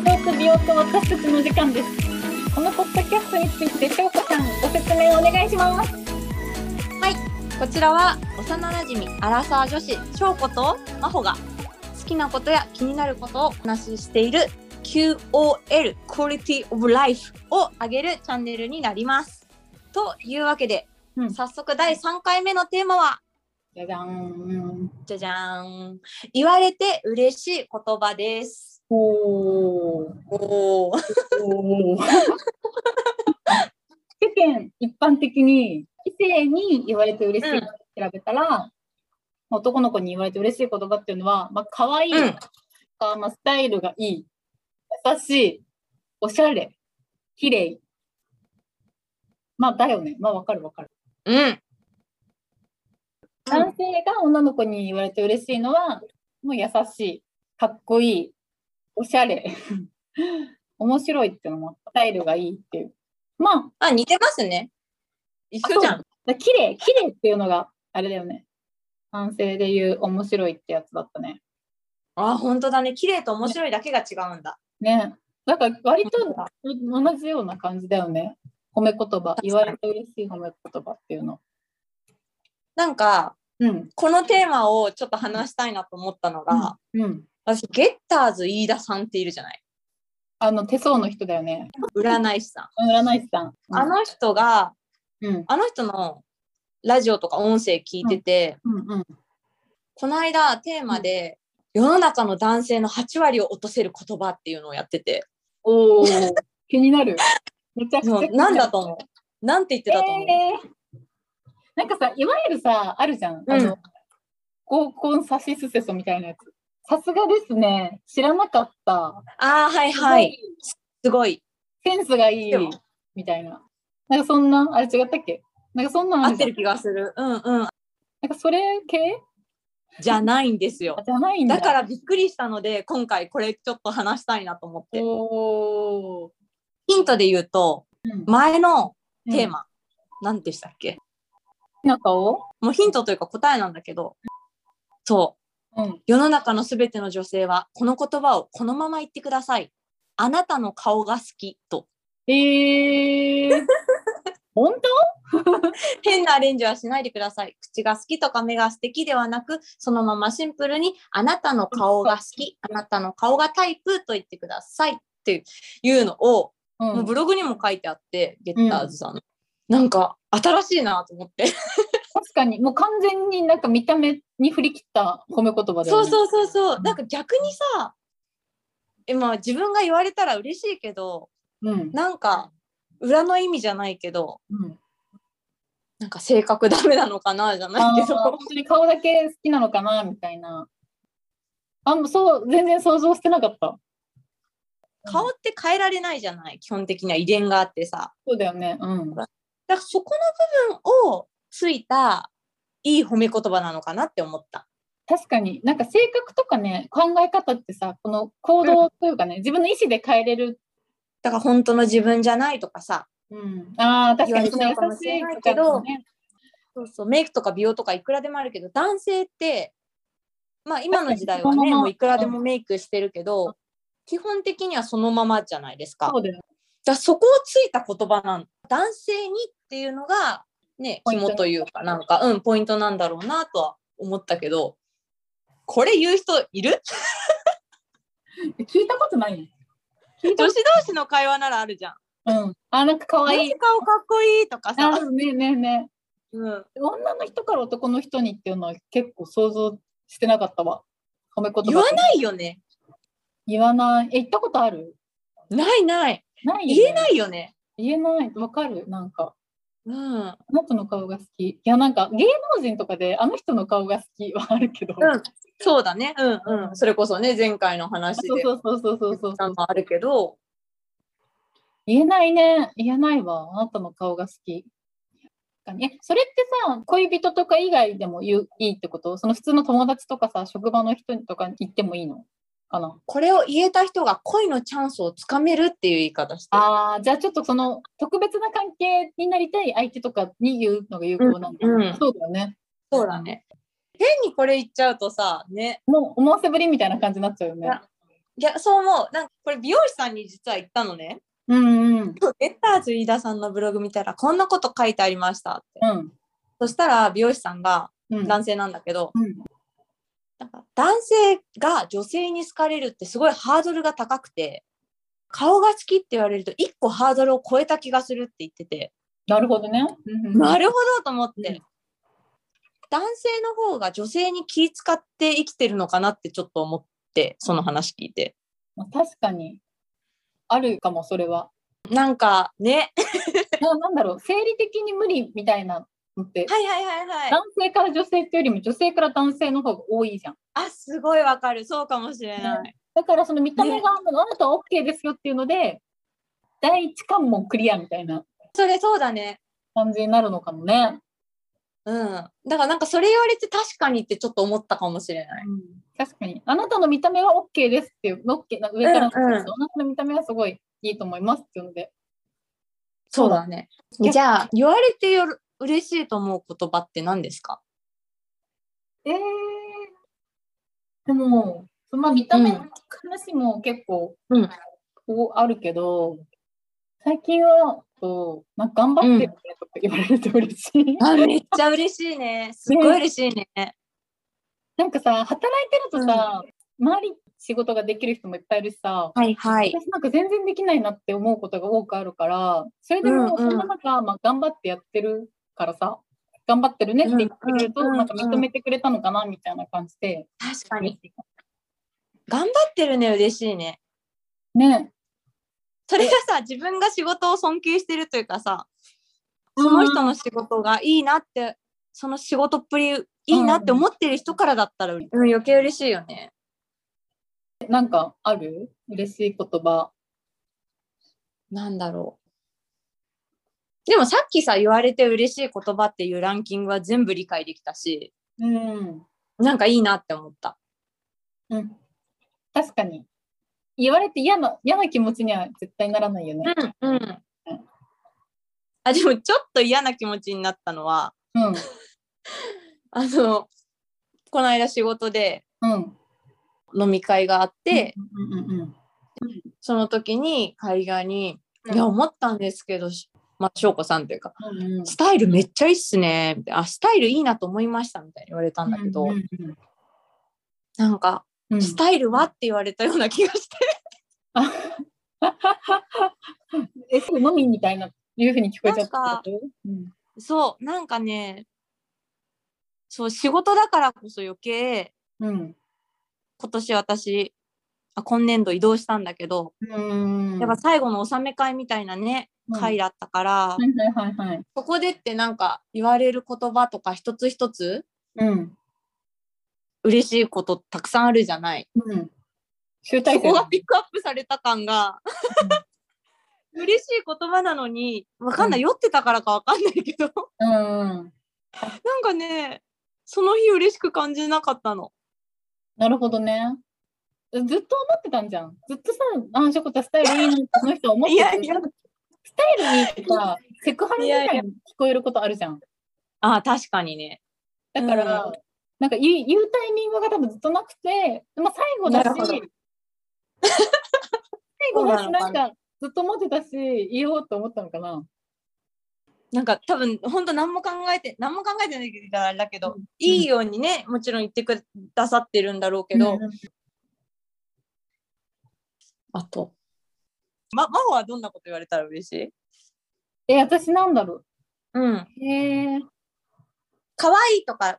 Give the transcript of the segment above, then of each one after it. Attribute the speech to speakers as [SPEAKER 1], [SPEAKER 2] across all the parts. [SPEAKER 1] と私たちの時間ですこのポッドキャストについて翔子さんご説明お願いします
[SPEAKER 2] こちらは幼馴染アラサー女子翔子と真帆が好きなことや気になることをお話ししている QOL Quality of Life を上げるチャンネルになります。というわけで、
[SPEAKER 1] うん
[SPEAKER 2] 早速第3回目のテーマは
[SPEAKER 1] じゃじゃーん
[SPEAKER 2] じゃじゃーん言われて嬉しい言葉です。
[SPEAKER 1] おーお
[SPEAKER 2] おー
[SPEAKER 1] ー世間一般的に異性に言われて嬉しいことを調べたら、男の子に言われて嬉しい言葉っていうのは、まあ可愛い、
[SPEAKER 2] うん
[SPEAKER 1] かまあ、スタイルがいい、優しい、おしゃれ、綺麗。まあだよね。まあわかるわかる。
[SPEAKER 2] うん
[SPEAKER 1] 男性が女の子に言われて嬉しいのは、もう優しい、かっこいい、おしゃれ、 面白いっていうのも、スタイルがいいっていう。まあ、
[SPEAKER 2] あ似てますね。一緒じゃん。
[SPEAKER 1] だ綺麗綺麗っていうのがあれだよね。男性で言う面白いってやつだったね。
[SPEAKER 2] あ本当だね。綺麗と面白いだけが違うんだ。
[SPEAKER 1] ね。だから割と
[SPEAKER 2] 本当だ
[SPEAKER 1] 同じような感じだよね。褒め言葉
[SPEAKER 2] か、に
[SPEAKER 1] 言われて嬉しい褒め言葉っていうの。
[SPEAKER 2] なんか
[SPEAKER 1] うん。
[SPEAKER 2] このテーマをちょっと話したいなと思ったのが、
[SPEAKER 1] うん。
[SPEAKER 2] 私、ゲッターズ飯田さんっているじゃない。
[SPEAKER 1] あの手相の人だよね。
[SPEAKER 2] 占い師さ
[SPEAKER 1] 占い師さん。
[SPEAKER 2] ん。あの人が、
[SPEAKER 1] うん。
[SPEAKER 2] あの人のラジオとか音声聞いてて、
[SPEAKER 1] うんうん。
[SPEAKER 2] この間テーマで、世の中の男性の8割を落とせる言葉っていうのをやってて、
[SPEAKER 1] おお。気になる。めちゃくち
[SPEAKER 2] も
[SPEAKER 1] ゃ
[SPEAKER 2] うなんだと思うなんて言ってたと思う、
[SPEAKER 1] えーなんかさ、いわゆるさ、あるじゃん。あの、合コンサシスセソみたいなやつ。さすがですね。知らなかった。
[SPEAKER 2] ああ、はいはい。。すごい。
[SPEAKER 1] センスがいい
[SPEAKER 2] でも
[SPEAKER 1] みたいな。なんかそんな、あれ違ったっけなんかそんなのあ
[SPEAKER 2] 合
[SPEAKER 1] る
[SPEAKER 2] っ
[SPEAKER 1] じゃ
[SPEAKER 2] て
[SPEAKER 1] ん
[SPEAKER 2] る気がする。うんうん。
[SPEAKER 1] なんかそれ系
[SPEAKER 2] じゃないんですよ
[SPEAKER 1] あ。じゃないんだ。
[SPEAKER 2] だからびっくりしたので、今回これちょっと話したいなと思って。
[SPEAKER 1] おー、
[SPEAKER 2] ヒントで言うと、
[SPEAKER 1] うん
[SPEAKER 2] 前のテー
[SPEAKER 1] マ。
[SPEAKER 2] マ、何でしたっけ
[SPEAKER 1] なんかを
[SPEAKER 2] もうヒントというか答えなんだけど、そう、
[SPEAKER 1] うん。
[SPEAKER 2] 世の中のすべての女性は、この言葉をこのまま言ってください。あなたの顔が好きと。
[SPEAKER 1] え ー。本
[SPEAKER 2] 変なアレンジはしないでください。口が好きとか目が素敵ではなく、そのままシンプルに、あなたの顔が好き、あなたの顔がタイプと言ってくださいっていうのを、
[SPEAKER 1] 当
[SPEAKER 2] もうブログにも書いてあって、ゲッターズさんの。なんか、新しいなと思って。
[SPEAKER 1] 確かに、もう完全になんか見た目に振り切った褒め言葉だ
[SPEAKER 2] そ
[SPEAKER 1] よ
[SPEAKER 2] う
[SPEAKER 1] ね。う。
[SPEAKER 2] そうそうそうう。
[SPEAKER 1] ん
[SPEAKER 2] なんか逆にさ、えまあ自分が言われたら嬉しいけど、
[SPEAKER 1] うん。
[SPEAKER 2] なんか裏の意味じゃないけど、
[SPEAKER 1] うん、
[SPEAKER 2] なんか性格ダメなのかなじゃ
[SPEAKER 1] あ
[SPEAKER 2] ない
[SPEAKER 1] ー
[SPEAKER 2] けど。
[SPEAKER 1] 本当に顔だけ好きなのかなみたいな。あ、もうそう、全然想像してなかった。
[SPEAKER 2] 顔って変えられないじゃない基本的には遺伝があってさ。
[SPEAKER 1] そうだよね。うん。
[SPEAKER 2] だからそこの部分をついたいい褒め言葉なのかなって思った。
[SPEAKER 1] 確かになんか性格とかね考え方ってさこの行動というかね、自分の意思で変えれる、
[SPEAKER 2] だから本当の自分じゃないとかさ、
[SPEAKER 1] うん、あー確かにその優
[SPEAKER 2] 言われちゃうかもし
[SPEAKER 1] しい
[SPEAKER 2] れない
[SPEAKER 1] と
[SPEAKER 2] け
[SPEAKER 1] か
[SPEAKER 2] ど
[SPEAKER 1] もね
[SPEAKER 2] そうそうメイクとか美容とかいくらでもあるけど、男性って、まあ今の時代は
[SPEAKER 1] 確かに
[SPEAKER 2] ね、
[SPEAKER 1] そのまま
[SPEAKER 2] もういくらでもメイクしてるけど、基本的にはそのままじゃないですか。
[SPEAKER 1] そうだよね
[SPEAKER 2] だからそこをついた言葉なん男性にっていうのがね
[SPEAKER 1] ポイント
[SPEAKER 2] 肝というかなんかうんポイントなんだろうなとは思ったけどこれ言う人いる
[SPEAKER 1] 聞いたことないよ聞いた
[SPEAKER 2] 女
[SPEAKER 1] こ
[SPEAKER 2] 子同士の会話ならあるじゃん。
[SPEAKER 1] うんあーなんか可
[SPEAKER 2] 可
[SPEAKER 1] 愛
[SPEAKER 2] 愛
[SPEAKER 1] い
[SPEAKER 2] い顔かっこいいとか
[SPEAKER 1] あ
[SPEAKER 2] さ、
[SPEAKER 1] ーねえねえね
[SPEAKER 2] うん、
[SPEAKER 1] え女の人から男の人にっていうのは結構想像してなかったわ褒め言葉
[SPEAKER 2] 言わ
[SPEAKER 1] い
[SPEAKER 2] ないよね
[SPEAKER 1] 言わないえ言ったことある
[SPEAKER 2] ないない
[SPEAKER 1] ないよね
[SPEAKER 2] 言えないよね
[SPEAKER 1] 言えないわかるなんか
[SPEAKER 2] うん、うん、
[SPEAKER 1] あなたの顔が好きいやなんか芸能人とかであの人の顔が好きはあるけど、
[SPEAKER 2] そうだねうんうんそれこそね前回の話で
[SPEAKER 1] そうそうそうそうそうそう
[SPEAKER 2] さんもあるけど
[SPEAKER 1] 言えないね。言えないわ。あなたの顔が好き。えそれってさ、恋人とか以外でも言ういいってことその普通の友達とかさ、職場の人とかに言ってもいいのかな
[SPEAKER 2] これを言えた人が恋のチャンスをつかめるっていう言い方してる
[SPEAKER 1] ああ、じゃあちょっとその特別な関係になりたい相手とかに言うのが有効なんだ。
[SPEAKER 2] うんうん
[SPEAKER 1] そうだよね。
[SPEAKER 2] そうだね。変にこれ言っちゃうとさ、ね、
[SPEAKER 1] もう思わせぶりみたいな感じになっちゃうよね。
[SPEAKER 2] いやいや、そう思う。なんかこれ美容師さんに実は言ったのね。
[SPEAKER 1] うんうん。
[SPEAKER 2] ゲッターズ飯田さんのブログ見たらこんなこと書いてありましたって。
[SPEAKER 1] うん。
[SPEAKER 2] そしたら美容師さんが
[SPEAKER 1] うん。
[SPEAKER 2] 男性なんだけど、
[SPEAKER 1] うん
[SPEAKER 2] なんか男性が女性に好かれるってすごいハードルが高くて、顔が好きって言われると一個ハードルを超えた気がするって言ってて、
[SPEAKER 1] なるほどね。うんうん
[SPEAKER 2] なるほどと思っ
[SPEAKER 1] う
[SPEAKER 2] て
[SPEAKER 1] ん。
[SPEAKER 2] 男性の方が女性に気使って生きてるのかなってちょっと思って、その話聞いて。
[SPEAKER 1] まあ確かに。あるかも、それ は。
[SPEAKER 2] なんかね、
[SPEAKER 1] ななんだろう、生理的に無理みたいなのって、
[SPEAKER 2] はいはいはいはい。
[SPEAKER 1] 男性から女性っていうよりも女性から男性の方が多いじゃん。
[SPEAKER 2] あ、すごいわかる。そうかもしれない。
[SPEAKER 1] だからその見た目が、あなたは OK ですよっていうので、第一関門クリアみたいな
[SPEAKER 2] それそうだね。
[SPEAKER 1] 感じになるのかもね。
[SPEAKER 2] うん。だからなんかそれ言われて確かにってちょっと思ったかもしれない。
[SPEAKER 1] 確かに。あなたの見た目は OK ですっていう、のっけな上からの、
[SPEAKER 2] うんうん
[SPEAKER 1] あなたの見た目はすごいいいと思いますっていうので。
[SPEAKER 2] そうだね。じゃあ、言われてよる嬉しいと思う言葉って何ですか
[SPEAKER 1] えー、でも、まあ、見た目
[SPEAKER 2] う
[SPEAKER 1] の話も結構、
[SPEAKER 2] うん
[SPEAKER 1] こうあるけど、最近は、こうなんか頑張ってるねとか言われると嬉しい。
[SPEAKER 2] あめっちゃ嬉しいね。すごい嬉しいね。
[SPEAKER 1] なんかさ、働いてるとさ、周り仕事ができる人もいっぱいいるしさ、
[SPEAKER 2] はいはい。
[SPEAKER 1] 私なんか全然できないなって思うことが多くあるから、それで
[SPEAKER 2] うんう
[SPEAKER 1] も
[SPEAKER 2] ん
[SPEAKER 1] そんな中、まあ、頑張ってやってるからさ、頑張ってるねって言ってくれると、
[SPEAKER 2] うんうんうん
[SPEAKER 1] なんか認めてくれたのかなみたいな感じで。
[SPEAKER 2] 確かに。頑張ってるね、嬉しいね。
[SPEAKER 1] ね。
[SPEAKER 2] それがさ、自分が仕事を尊敬してるというかさ、その人の仕事がいいなって、その仕事っぷりいいなって思ってる人からだったら、うん、余計嬉しいよね。
[SPEAKER 1] なんかある嬉しい言葉。
[SPEAKER 2] なんだろう。でもさっきさ、言われて嬉しい言葉っていうランキングは全部理解できたし、
[SPEAKER 1] うん。
[SPEAKER 2] なんかいいなって思った。
[SPEAKER 1] うん。確かに。言われて嫌な、嫌な気持ちには絶対ならないよね。
[SPEAKER 2] うん、うん。あ、でもちょっと嫌な気持ちになったのは、
[SPEAKER 1] うん。
[SPEAKER 2] あの、この間仕事で
[SPEAKER 1] うん。
[SPEAKER 2] 飲み会があって、
[SPEAKER 1] うんうんうん
[SPEAKER 2] その時に会議側に、
[SPEAKER 1] うん。
[SPEAKER 2] いや、思ったんですけど、しまあ、翔子さんというか、
[SPEAKER 1] うんうん、
[SPEAKER 2] スタイルめっちゃいいっすね、みたいなあ、スタイルいいなと思いました、みたいに言われたんだけど、
[SPEAKER 1] うんうんうん
[SPEAKER 2] なんか、
[SPEAKER 1] うん
[SPEAKER 2] スタイルはって言われたような気がして、
[SPEAKER 1] え、すぐ飲みみたいな、いうふうに聞こえちゃったってことうん
[SPEAKER 2] そう、なんかね、そう、仕事だからこそ余計、
[SPEAKER 1] うん。
[SPEAKER 2] 今年私、あ今年度移動したんだけど、
[SPEAKER 1] うん。
[SPEAKER 2] やっぱ最後の納め会みたいなね、
[SPEAKER 1] うん
[SPEAKER 2] 会だったから、
[SPEAKER 1] はいはいはいはい。
[SPEAKER 2] そこでってなんか言われる言葉とか一つ一つ
[SPEAKER 1] うん。
[SPEAKER 2] 嬉しいことたくさんあるじゃない。
[SPEAKER 1] うん。集大
[SPEAKER 2] そ
[SPEAKER 1] 成
[SPEAKER 2] こが
[SPEAKER 1] だ。
[SPEAKER 2] ピックアップされた感が、 嬉しい言葉なのに、わかんない、酔ってたからかわかんないけど、
[SPEAKER 1] うん。
[SPEAKER 2] なんかね、その日嬉しく感じなかったの。
[SPEAKER 1] なるほどね。ずっと思ってたんじゃん。ずっとさ、ああ、しょこたスタイルいいなってその人は思って
[SPEAKER 2] いや
[SPEAKER 1] た。
[SPEAKER 2] いや
[SPEAKER 1] スタイルいいとか、セクハラみたいに聞こえることあるじゃん。
[SPEAKER 2] ああ、確かにね。
[SPEAKER 1] だから、
[SPEAKER 2] うん
[SPEAKER 1] なんか言う言うタイミングが多分ずっとなくて、まあ、最後だし、
[SPEAKER 2] なるほど
[SPEAKER 1] 最後だ
[SPEAKER 2] そ
[SPEAKER 1] し、
[SPEAKER 2] うなの
[SPEAKER 1] な
[SPEAKER 2] か
[SPEAKER 1] ん
[SPEAKER 2] な
[SPEAKER 1] かずっと思ってたし、言おうと思ったのかな。
[SPEAKER 2] なんか多分、本当何も考えて、何も考えてないからあれだけど、
[SPEAKER 1] うん
[SPEAKER 2] いいようにね、もちろん言ってくださってるんだろうけど、
[SPEAKER 1] うん
[SPEAKER 2] あと。ま、真帆はどんなこと言われたら嬉しい
[SPEAKER 1] え、私なんだろ
[SPEAKER 2] うん。
[SPEAKER 1] う。へえ、
[SPEAKER 2] 可愛いとか、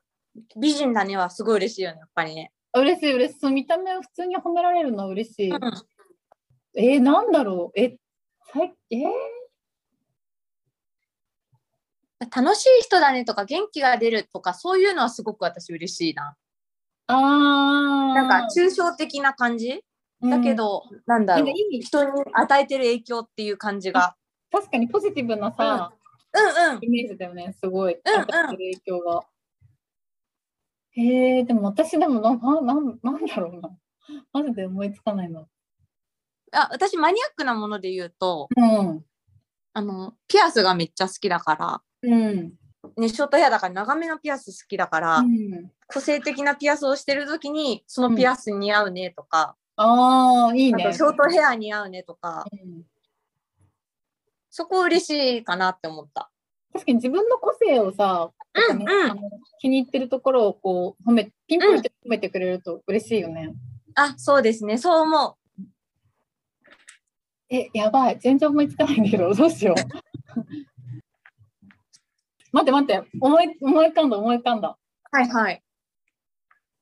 [SPEAKER 2] 美人だねはすごい嬉しいよね、やっぱりね。
[SPEAKER 1] 嬉しい嬉しい。その見た目を普通に褒められるのは嬉しい。
[SPEAKER 2] うん
[SPEAKER 1] えー、なんだろう。え、さいえー
[SPEAKER 2] 楽しい人だねとか元気が出るとかそういうのはすごく私嬉しいな。
[SPEAKER 1] あー
[SPEAKER 2] なんか抽象的な感じだけ、ど、なん
[SPEAKER 1] うん
[SPEAKER 2] だ
[SPEAKER 1] な
[SPEAKER 2] ろ
[SPEAKER 1] ん
[SPEAKER 2] う
[SPEAKER 1] かいい
[SPEAKER 2] 人に与えてる影響っていう感じが。
[SPEAKER 1] 確かにポジティブなさ、
[SPEAKER 2] うんうん。
[SPEAKER 1] イメージだよね、すごい。
[SPEAKER 2] うんうん
[SPEAKER 1] 与えてる影響が。へえ、でも私でもな、な、なんなんだろうな。マジで思いつかないな。
[SPEAKER 2] あ私マニアックなもので言うと
[SPEAKER 1] うん。
[SPEAKER 2] あのピアスがめっちゃ好きだから、
[SPEAKER 1] うん。
[SPEAKER 2] ね、ショートヘアだから長めのピアス好きだから、
[SPEAKER 1] うん
[SPEAKER 2] 個性的なピアスをしてる時にそのピアス似合うねとか、
[SPEAKER 1] ああ、いい
[SPEAKER 2] あと
[SPEAKER 1] ね。
[SPEAKER 2] ショートヘア似合うねとか、
[SPEAKER 1] うん
[SPEAKER 2] そこ嬉しいかなって思った。
[SPEAKER 1] 確かに自分の個性をさ、
[SPEAKER 2] うんうん
[SPEAKER 1] あの気に入ってるところをこう褒めピンポイントで褒めてくれると嬉しいよね。
[SPEAKER 2] あ、そうですね。そう思う。
[SPEAKER 1] え、やばい。全然思いつかないんだけど、どうしよう。 待って待って、思い思い浮かんだ思い浮かんだ。
[SPEAKER 2] はいはい。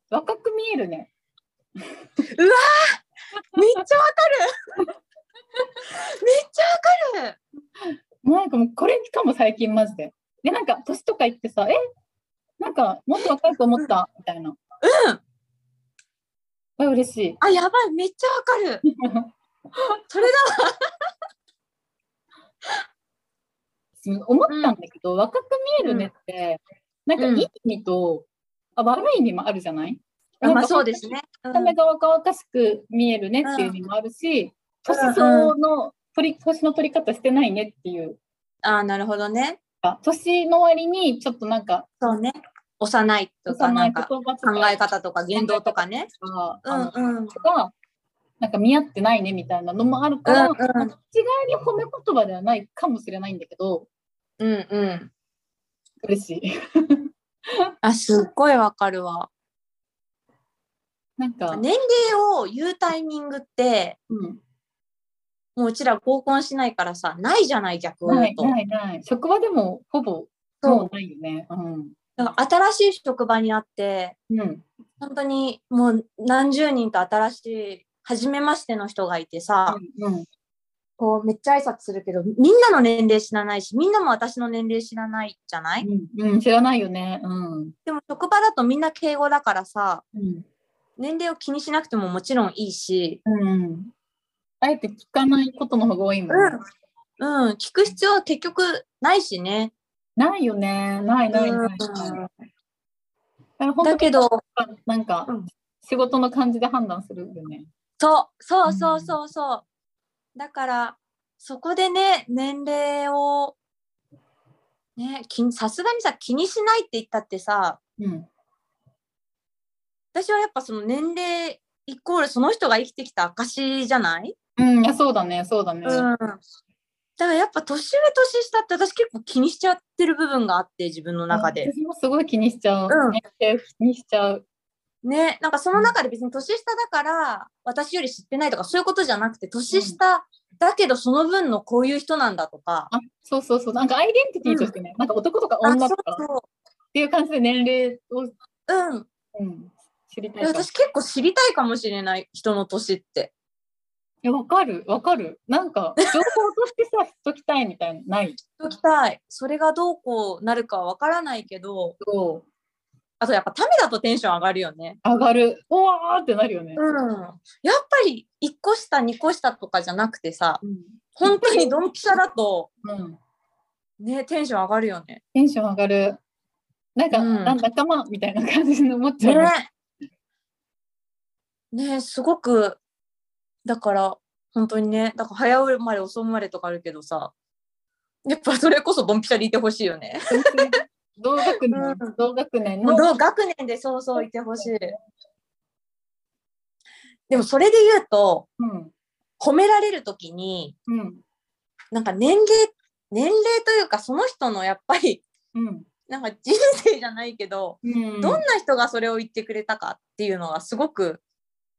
[SPEAKER 1] 若く見えるね。
[SPEAKER 2] めっちゃわかるめっちゃわかる
[SPEAKER 1] なんかもうこれかも最近マジで。で、なんか年とか言ってさ、えなんかもっと若いと思ったみたいな。
[SPEAKER 2] うん
[SPEAKER 1] これ嬉しい。
[SPEAKER 2] あ、やばい。めっちゃわかる。それ
[SPEAKER 1] うん思ったんだけど、若く見えるねって、なんかいい意味と、あ悪い意味もあるじゃない
[SPEAKER 2] だ。あまあそうです。ね。
[SPEAKER 1] な
[SPEAKER 2] う
[SPEAKER 1] んか見た目が若々しく見えるねっていう意味もあるし、年相応の取り年の取り方してないねっていう
[SPEAKER 2] あ、なるほどね。
[SPEAKER 1] か、年の割にちょっとなんか
[SPEAKER 2] そうね。幼いとか、
[SPEAKER 1] 幼
[SPEAKER 2] ないん
[SPEAKER 1] 言
[SPEAKER 2] か
[SPEAKER 1] 葉とか
[SPEAKER 2] 考え方とか言動とかね。
[SPEAKER 1] とか
[SPEAKER 2] う
[SPEAKER 1] あ
[SPEAKER 2] ん
[SPEAKER 1] の
[SPEAKER 2] うん。
[SPEAKER 1] がなんか見合ってないねみたいなのもある
[SPEAKER 2] う
[SPEAKER 1] から、
[SPEAKER 2] んうん。
[SPEAKER 1] 違いに褒め言葉ではないかもしれないんだけど
[SPEAKER 2] うんうん。
[SPEAKER 1] 嬉しい
[SPEAKER 2] あ、すっごいわかるわ。
[SPEAKER 1] なんか、
[SPEAKER 2] 年齢を言うタイミングって、
[SPEAKER 1] うん、
[SPEAKER 2] もううちら合コンしないからさ、ないじゃない、逆に
[SPEAKER 1] な
[SPEAKER 2] 言
[SPEAKER 1] いう
[SPEAKER 2] と。
[SPEAKER 1] ないない職場でもほぼ
[SPEAKER 2] そう
[SPEAKER 1] もうないよねうん
[SPEAKER 2] だから新しい職場になって、
[SPEAKER 1] うん
[SPEAKER 2] 本当にもう何十人と新しい、初めましての人がいてさ、
[SPEAKER 1] うん
[SPEAKER 2] こうめっちゃ挨拶するけど、みんなの年齢知らないし、みんなも私の年齢知らないじゃない、
[SPEAKER 1] うんうん知らないよねうん
[SPEAKER 2] でも職場だとみんな敬語だからさ、
[SPEAKER 1] うん
[SPEAKER 2] 年齢を気にしなくてももちろんいいし、
[SPEAKER 1] うんあえて聞かないことの方が多いもん、ね
[SPEAKER 2] うん、聞く必要は結局ないしね。
[SPEAKER 1] ないよねないないない、だから本当
[SPEAKER 2] だけど、
[SPEAKER 1] なんか、
[SPEAKER 2] うん
[SPEAKER 1] 仕事の感じで判断するよね
[SPEAKER 2] そうそうそうそうそう。だからそこでね年齢をね気にさすがにさ気にしないって言ったってさ
[SPEAKER 1] うん
[SPEAKER 2] 私はやっぱその年齢イコールその人が生きてきた証じゃない、
[SPEAKER 1] うんいやそうだねそうだね、
[SPEAKER 2] だからやっぱ年上年下って私結構気にしちゃってる部分があって自分の中で。
[SPEAKER 1] 私もすごい気にしちゃう。
[SPEAKER 2] うん
[SPEAKER 1] 年齢気にしちゃう。
[SPEAKER 2] ねなんかその中で別に年下だから私より知ってないとかそういうことじゃなくて年下だけどその分のこういう人なんだとか。
[SPEAKER 1] あ、そうそうそう。なんかアイデンティティとしてね、なんか男とか
[SPEAKER 2] あ
[SPEAKER 1] 女
[SPEAKER 2] そ
[SPEAKER 1] と
[SPEAKER 2] う
[SPEAKER 1] かっ
[SPEAKER 2] そう
[SPEAKER 1] ていう感じで年齢を、
[SPEAKER 2] うん、
[SPEAKER 1] うん、知りた
[SPEAKER 2] い
[SPEAKER 1] い
[SPEAKER 2] や
[SPEAKER 1] かも。い
[SPEAKER 2] 私結構知りたいかもしれない人の年って
[SPEAKER 1] や、わかる、わかる。なんか、情報としてさ、知っ ときたいみたいなのない。
[SPEAKER 2] 聞きたいそれがどうこうなるかは分からないけど
[SPEAKER 1] そう。
[SPEAKER 2] あとやっぱためだとテンション上がるよね
[SPEAKER 1] 上がる。おわーってなるよね。
[SPEAKER 2] うんやっぱり1個下2個下とかじゃなくてさ
[SPEAKER 1] うん。
[SPEAKER 2] 本当にドンピシャだと
[SPEAKER 1] うん。
[SPEAKER 2] ねテンション上がるよね
[SPEAKER 1] テンション上がる。なんか、
[SPEAKER 2] うん
[SPEAKER 1] あ仲間みたいな感じに思っちゃう。
[SPEAKER 2] ねねすごくだから本当にねだから早生まれ遅生まれとかあるけどさやっぱそれこそドンピシャでいてほしいよね
[SPEAKER 1] 同学年、
[SPEAKER 2] うん
[SPEAKER 1] 同学年
[SPEAKER 2] もう
[SPEAKER 1] の。
[SPEAKER 2] 同学年でそうそういてほしい。でもそれで言うと
[SPEAKER 1] うん。
[SPEAKER 2] 褒められる時に
[SPEAKER 1] うん。
[SPEAKER 2] なんか年齢年齢というかその人のやっぱり
[SPEAKER 1] うん。
[SPEAKER 2] なんか人生じゃないけど、
[SPEAKER 1] うん。
[SPEAKER 2] どんな人がそれを言ってくれたかっていうのがすごく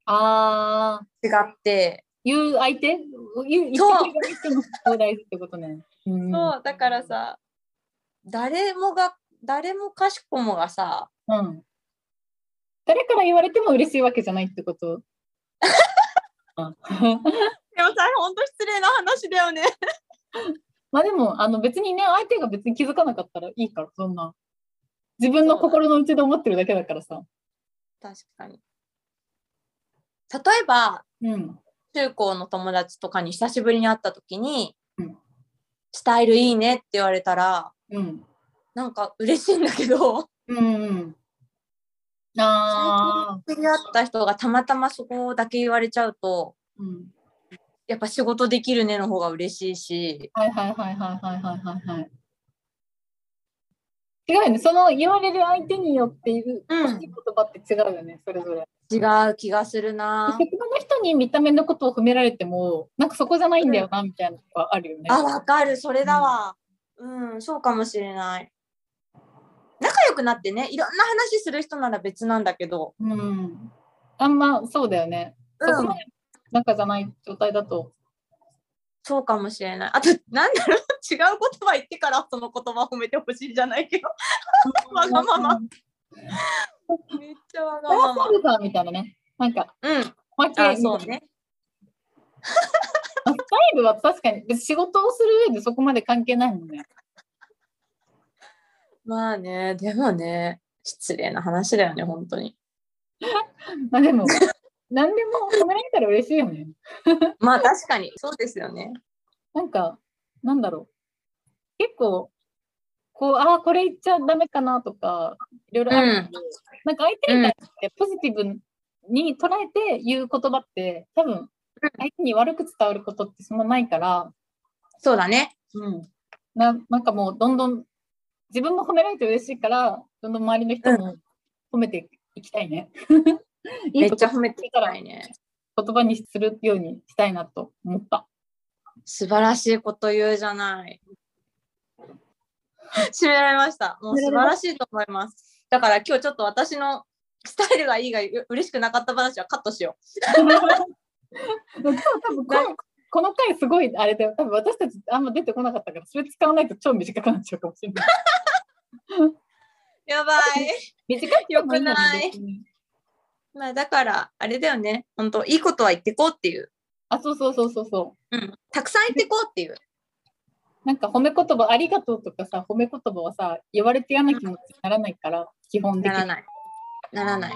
[SPEAKER 1] あー。
[SPEAKER 2] 違って、
[SPEAKER 1] 言う相手言う言って
[SPEAKER 2] そう
[SPEAKER 1] くれる人の方が大事ってことね。うん
[SPEAKER 2] そうだから、さ誰もが誰もかしこもがさ
[SPEAKER 1] うん。誰から言われても嬉しいわけじゃないってこと。あ
[SPEAKER 2] でもさ本当失礼な話だよね。
[SPEAKER 1] まあでもあの別にね相手が別に気づかなかったらいいからそんな自分の心の内で思ってるだけだからさ。
[SPEAKER 2] 確かに例えば
[SPEAKER 1] うん。
[SPEAKER 2] 中高の友達とかに久しぶりに会った時に、
[SPEAKER 1] うん
[SPEAKER 2] スタイルいいねって言われたら
[SPEAKER 1] うん。
[SPEAKER 2] なんか嬉しいんだけ ど
[SPEAKER 1] うん、うん。ああ。
[SPEAKER 2] 知り合った人がたまたまそこだけ言われちゃうと
[SPEAKER 1] うん。
[SPEAKER 2] やっぱ仕事できるねの方が嬉しいし
[SPEAKER 1] はいはいはいはいはいはいはいはい。違うよね。その言われる相手によって言う、
[SPEAKER 2] うん
[SPEAKER 1] 欲しい言葉って違うよね、それぞれ。
[SPEAKER 2] 違う気がする な
[SPEAKER 1] 職場の人に見た目のことを褒められても、なんかそこじゃないんだよな、みたいなのがあるよね。
[SPEAKER 2] あ、わかる、それだわ。うん、そうかもしれない。仲良くなってね、いろんな話する人なら別なんだけど、
[SPEAKER 1] うん。あんまそうだよね。
[SPEAKER 2] う
[SPEAKER 1] そこ
[SPEAKER 2] ん
[SPEAKER 1] ま、で仲じゃない状態だと。
[SPEAKER 2] そうかもしれない。あと、なんだろう、違う言葉言ってからその言葉褒めてほしいじゃないけど、わがまま。めっちゃわが
[SPEAKER 1] それ
[SPEAKER 2] ま
[SPEAKER 1] は
[SPEAKER 2] ま
[SPEAKER 1] そう。だみたいなね。なんか、
[SPEAKER 2] うん、
[SPEAKER 1] 負け
[SPEAKER 2] あ、そうね。
[SPEAKER 1] スタイルは確かに、別に仕事をする上でそこまで関係ないもんね。
[SPEAKER 2] まあね、でもね、失礼な話だよね、本当に。
[SPEAKER 1] まあで も、何でも褒められたら嬉しいよね。
[SPEAKER 2] まあ確かに、そうですよね。
[SPEAKER 1] なんか、なんだろう。結構、こう、ああ、これ言っちゃダメかなとか、いろいろあるけど、なんか相手に対してポジティブに捉えて言う言葉って、多分、相手に悪く伝わることってそんなないから、
[SPEAKER 2] そうだね。
[SPEAKER 1] うん、ななんかもうどんどん自分も褒められて嬉しいからどんどん周りの人も褒めていきたいね。い
[SPEAKER 2] め
[SPEAKER 1] い
[SPEAKER 2] っ
[SPEAKER 1] と
[SPEAKER 2] ちゃ
[SPEAKER 1] こ
[SPEAKER 2] 褒めていたらいいね。
[SPEAKER 1] 言葉にするようにしたいなと思った。
[SPEAKER 2] 素晴らしいこと言うじゃない。 締められました。もう素晴らしいと思います。だから今日ちょっと私のスタイルがいいがう嬉しくなかった話はカットしよ
[SPEAKER 1] でも多分こ
[SPEAKER 2] な
[SPEAKER 1] のこの回すごいあれだよ。多分私たちあんま出てこなかったからそれ使わないと超短くなっちゃうかもしれない。
[SPEAKER 2] う。やばい。
[SPEAKER 1] 短くてものに
[SPEAKER 2] よくない
[SPEAKER 1] 別に
[SPEAKER 2] まあだからあれだよね。本当いいことは言ってこうっていう。
[SPEAKER 1] あ、そうそうそうそうそ
[SPEAKER 2] うん。たくさん言ってこうっていう。
[SPEAKER 1] う。なんか褒め言葉ありがとうとかさ、褒め言葉はさ、言われて嫌な気持ちにならないから、基本的
[SPEAKER 2] なら
[SPEAKER 1] に。
[SPEAKER 2] ない。ならない。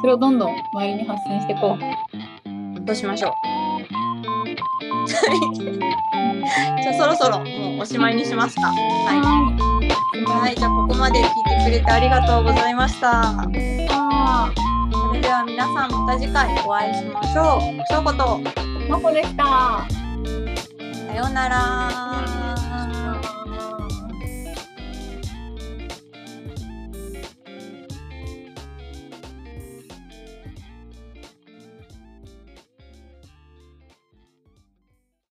[SPEAKER 1] それをどんどん周りに発信していこう。
[SPEAKER 2] どうしましょう。 じゃあそろそろもうおしまいにしますか。はい。はい、じゃあここまで聞いてくれてありがとうございました。
[SPEAKER 1] あ
[SPEAKER 2] それでは皆さんまた次回お会いしましょう。しょうこと、
[SPEAKER 1] ー、まこでした。
[SPEAKER 2] さようなら。